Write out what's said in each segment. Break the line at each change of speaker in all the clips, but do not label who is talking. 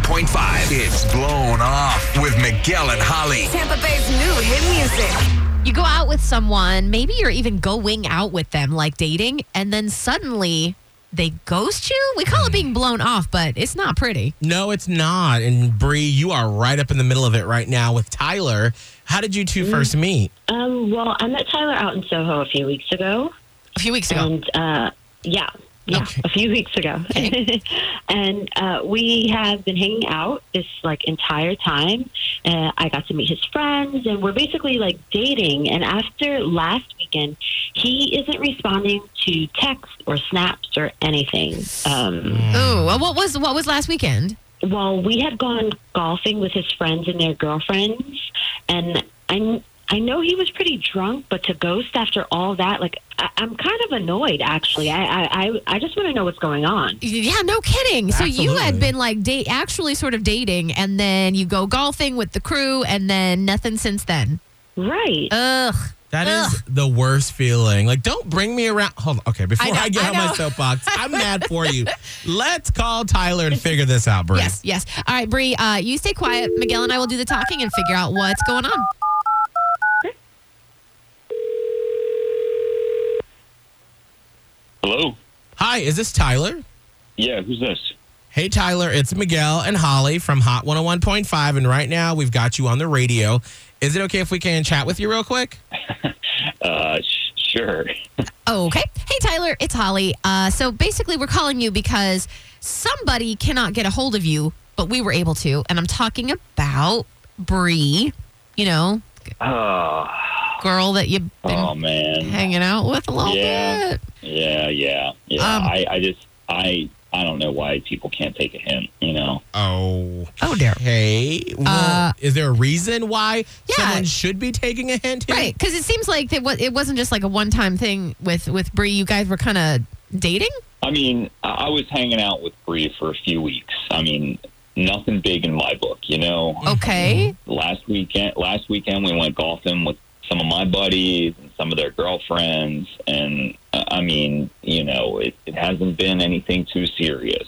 101.5. It's Blown Off with Miguel and Holly.
Tampa Bay's new hit music.
You go out with someone, maybe you're even going out with them, like dating, and then suddenly they ghost you. We call it being blown off, but it's not pretty.
No, it's not. And Bree, you are right up in the middle of it right now with Tyler. How did you
Mm.
two first meet?
Um, well, I met Tyler out in Soho a few weeks ago,
A few weeks ago.
and uh, yeah, yeah,
Okay.
a few weeks ago,
Okay.
and uh, we have been hanging out this like entire time. Uh, I got to meet his friends, and we're basically like dating. And after last weekend, he isn't responding to texts or snaps or anything. Um,
Ooh, well, what was what was last weekend?
well, we had gone golfing with his friends and their girlfriends, and I I know he was pretty drunk, but to ghost after all that, like I, I'm kind of annoyed. Actually, I I I, I just want to know what's going on.
Yeah, no kidding. So you had
Absolutely.
been like date actually sort of dating and then you go golfing with the crew and then nothing since then.
Right?
Ugh.
That is
Ugh.
the worst feeling. Like, don't bring me around. Hold on. Okay, before
I
I,
know,
get
I
on my
know.
soapbox, I'm mad for you. Let's call Tyler and figure this out, Bree.
Yes, yes. All right, Bree, uh, you stay quiet. Miguel and I will do the talking and figure out what's going on.
Hello.
Hi, is this Tyler?
Yeah, who's this?
Hey, Tyler, it's Miguel and Holly from Hot 101.5. And right now, we've got you on the radio. Is it okay if we can chat with you real quick?
Uh, sh- sure.
Okay. Hey, Tyler, it's Holly. Uh, so basically, we're calling you because somebody cannot get a hold of you, but we were able to. And I'm talking about Bree, you know,
Oh,
Ah, girl that you've been
oh man.
hanging out with a little
Yeah.
bit.
Yeah, yeah, yeah.
Um,
I, I just, I, I don't know why people can't take a hint. You know.
Oh.
Oh, dear.
Okay. Well,
Uh,
is there a reason why
Yeah.
someone should be taking a hint? here?
Right, because it seems like it, was, it wasn't just like a one-time thing with with Bree. You guys were kind of dating.
I mean, I I was hanging out with Bree for a few weeks. I mean, nothing big in my book. You know.
Okay,
Last weekend, last weekend we went golfing with some of my buddies and some of their girlfriends, and uh, I mean, you know, it, it hasn't been anything too serious.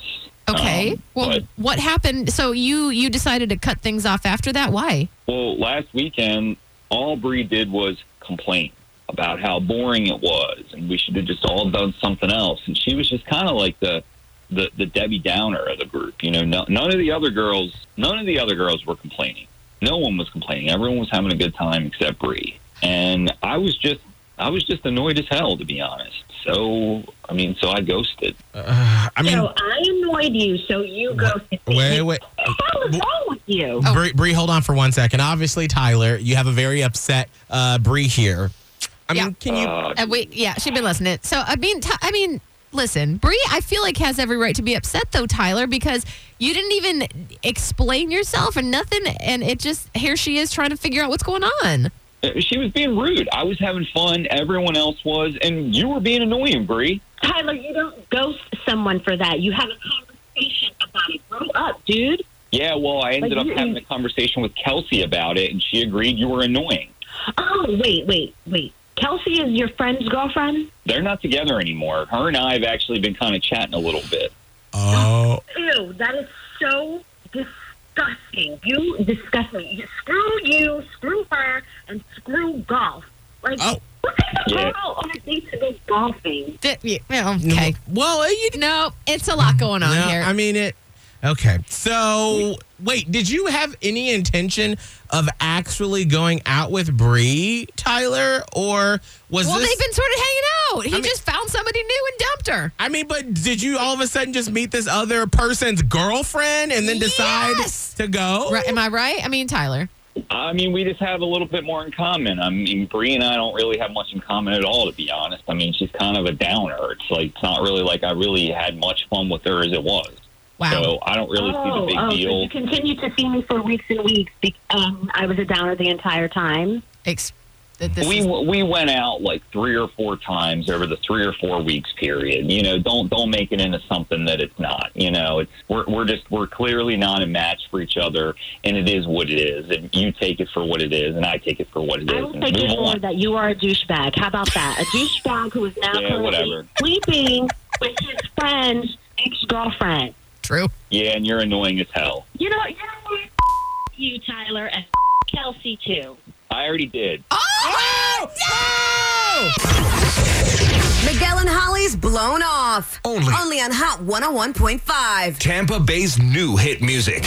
okay.
Um,
well,
but-
what happened? So you you decided to cut things off after that? Why?
Well, last weekend, all Bree did was complain about how boring it was, and we should have just all done something else. And she was just kind of like the, the the Debbie Downer of the group. You know, no, none of the other girls, none of the other girls were complaining. No one was complaining. Everyone was having a good time except Bree. And I was just, I was just annoyed as hell, to be honest. So, I mean, so I ghosted.
Uh, I mean,
so I annoyed you, so you ghosted me.
wait, wait.
What was wrong with you?
Oh.
Bree, Bree, hold on for one second. Obviously, Tyler, you have a very upset uh, Bree here. I mean,
Yeah.
can you?
Uh,
Uh, wait, yeah, she'd been listening. So I mean, t- I mean, listen, Bree. I feel like has every right to be upset though, Tyler, because you didn't even explain yourself and nothing, and it just here she is trying to figure out what's going on.
she was being rude. I was having fun. Everyone else was, and you were being annoying, Bree.
Tyler, you don't ghost someone for that. You have a conversation about it. Grow up, dude.
Yeah, well, I ended
But
up
you-
having a conversation with Kelsey about it, and she agreed you were annoying.
Oh, wait, wait, wait. Kelsey is your friend's girlfriend?
They're not together anymore. Her and I have actually been kind of chatting a little bit.
Oh,
Ew, that is so disgusting. You disgust me. You- Screw you, screw her, and screw golf. Like,
Oh.
who takes a
Yeah.
girl on a date to go golfing?
Th- yeah, well, okay.
well, you
No, it's a lot going on
no,
here.
I mean it. Okay, so wait, did you have any intention of actually going out with Bree, Tyler, or was
well,
this?
they've been sort of hanging out. He
mean-
just found somebody new and dumped her.
I mean, but did you all of a sudden just meet this other person's girlfriend and then decide
Yes!
to go?
Right, am I right? I mean, Tyler.
I mean, we just have a little bit more in common. I mean, Bree and I don't really have much in common at all, to be honest. I mean, she's kind of a downer. It's like it's not really like I really had much fun with her as it was.
Wow.
So I don't really see the
oh,
big
oh, so
deal.
you continued to see me for weeks and weeks. be- Um, I was a downer the entire time.
Ex- that this
we
is-
we went out like three or four times over the three or four weeks period. You know, don't don't make it into something that it's not. You know, it's we're we're just we're clearly not a match for each other, and it is what it is. And you take it for what it is, and I take it for what it is.
I will
and
take
move
it more
on.
that you are a douchebag. How about that? A douchebag who is now
Yeah,
currently
whatever.
sleeping with his friend's ex girlfriend.
True.
Yeah, and you're annoying as hell.
You know, you know what? F- you, Tyler, and f- Kelsey too.
I already did.
Oh! Oh!
Miguel and Holly's Blown Off.
Only.
oh Only on Hot 101.5.
Tampa Bay's new hit music.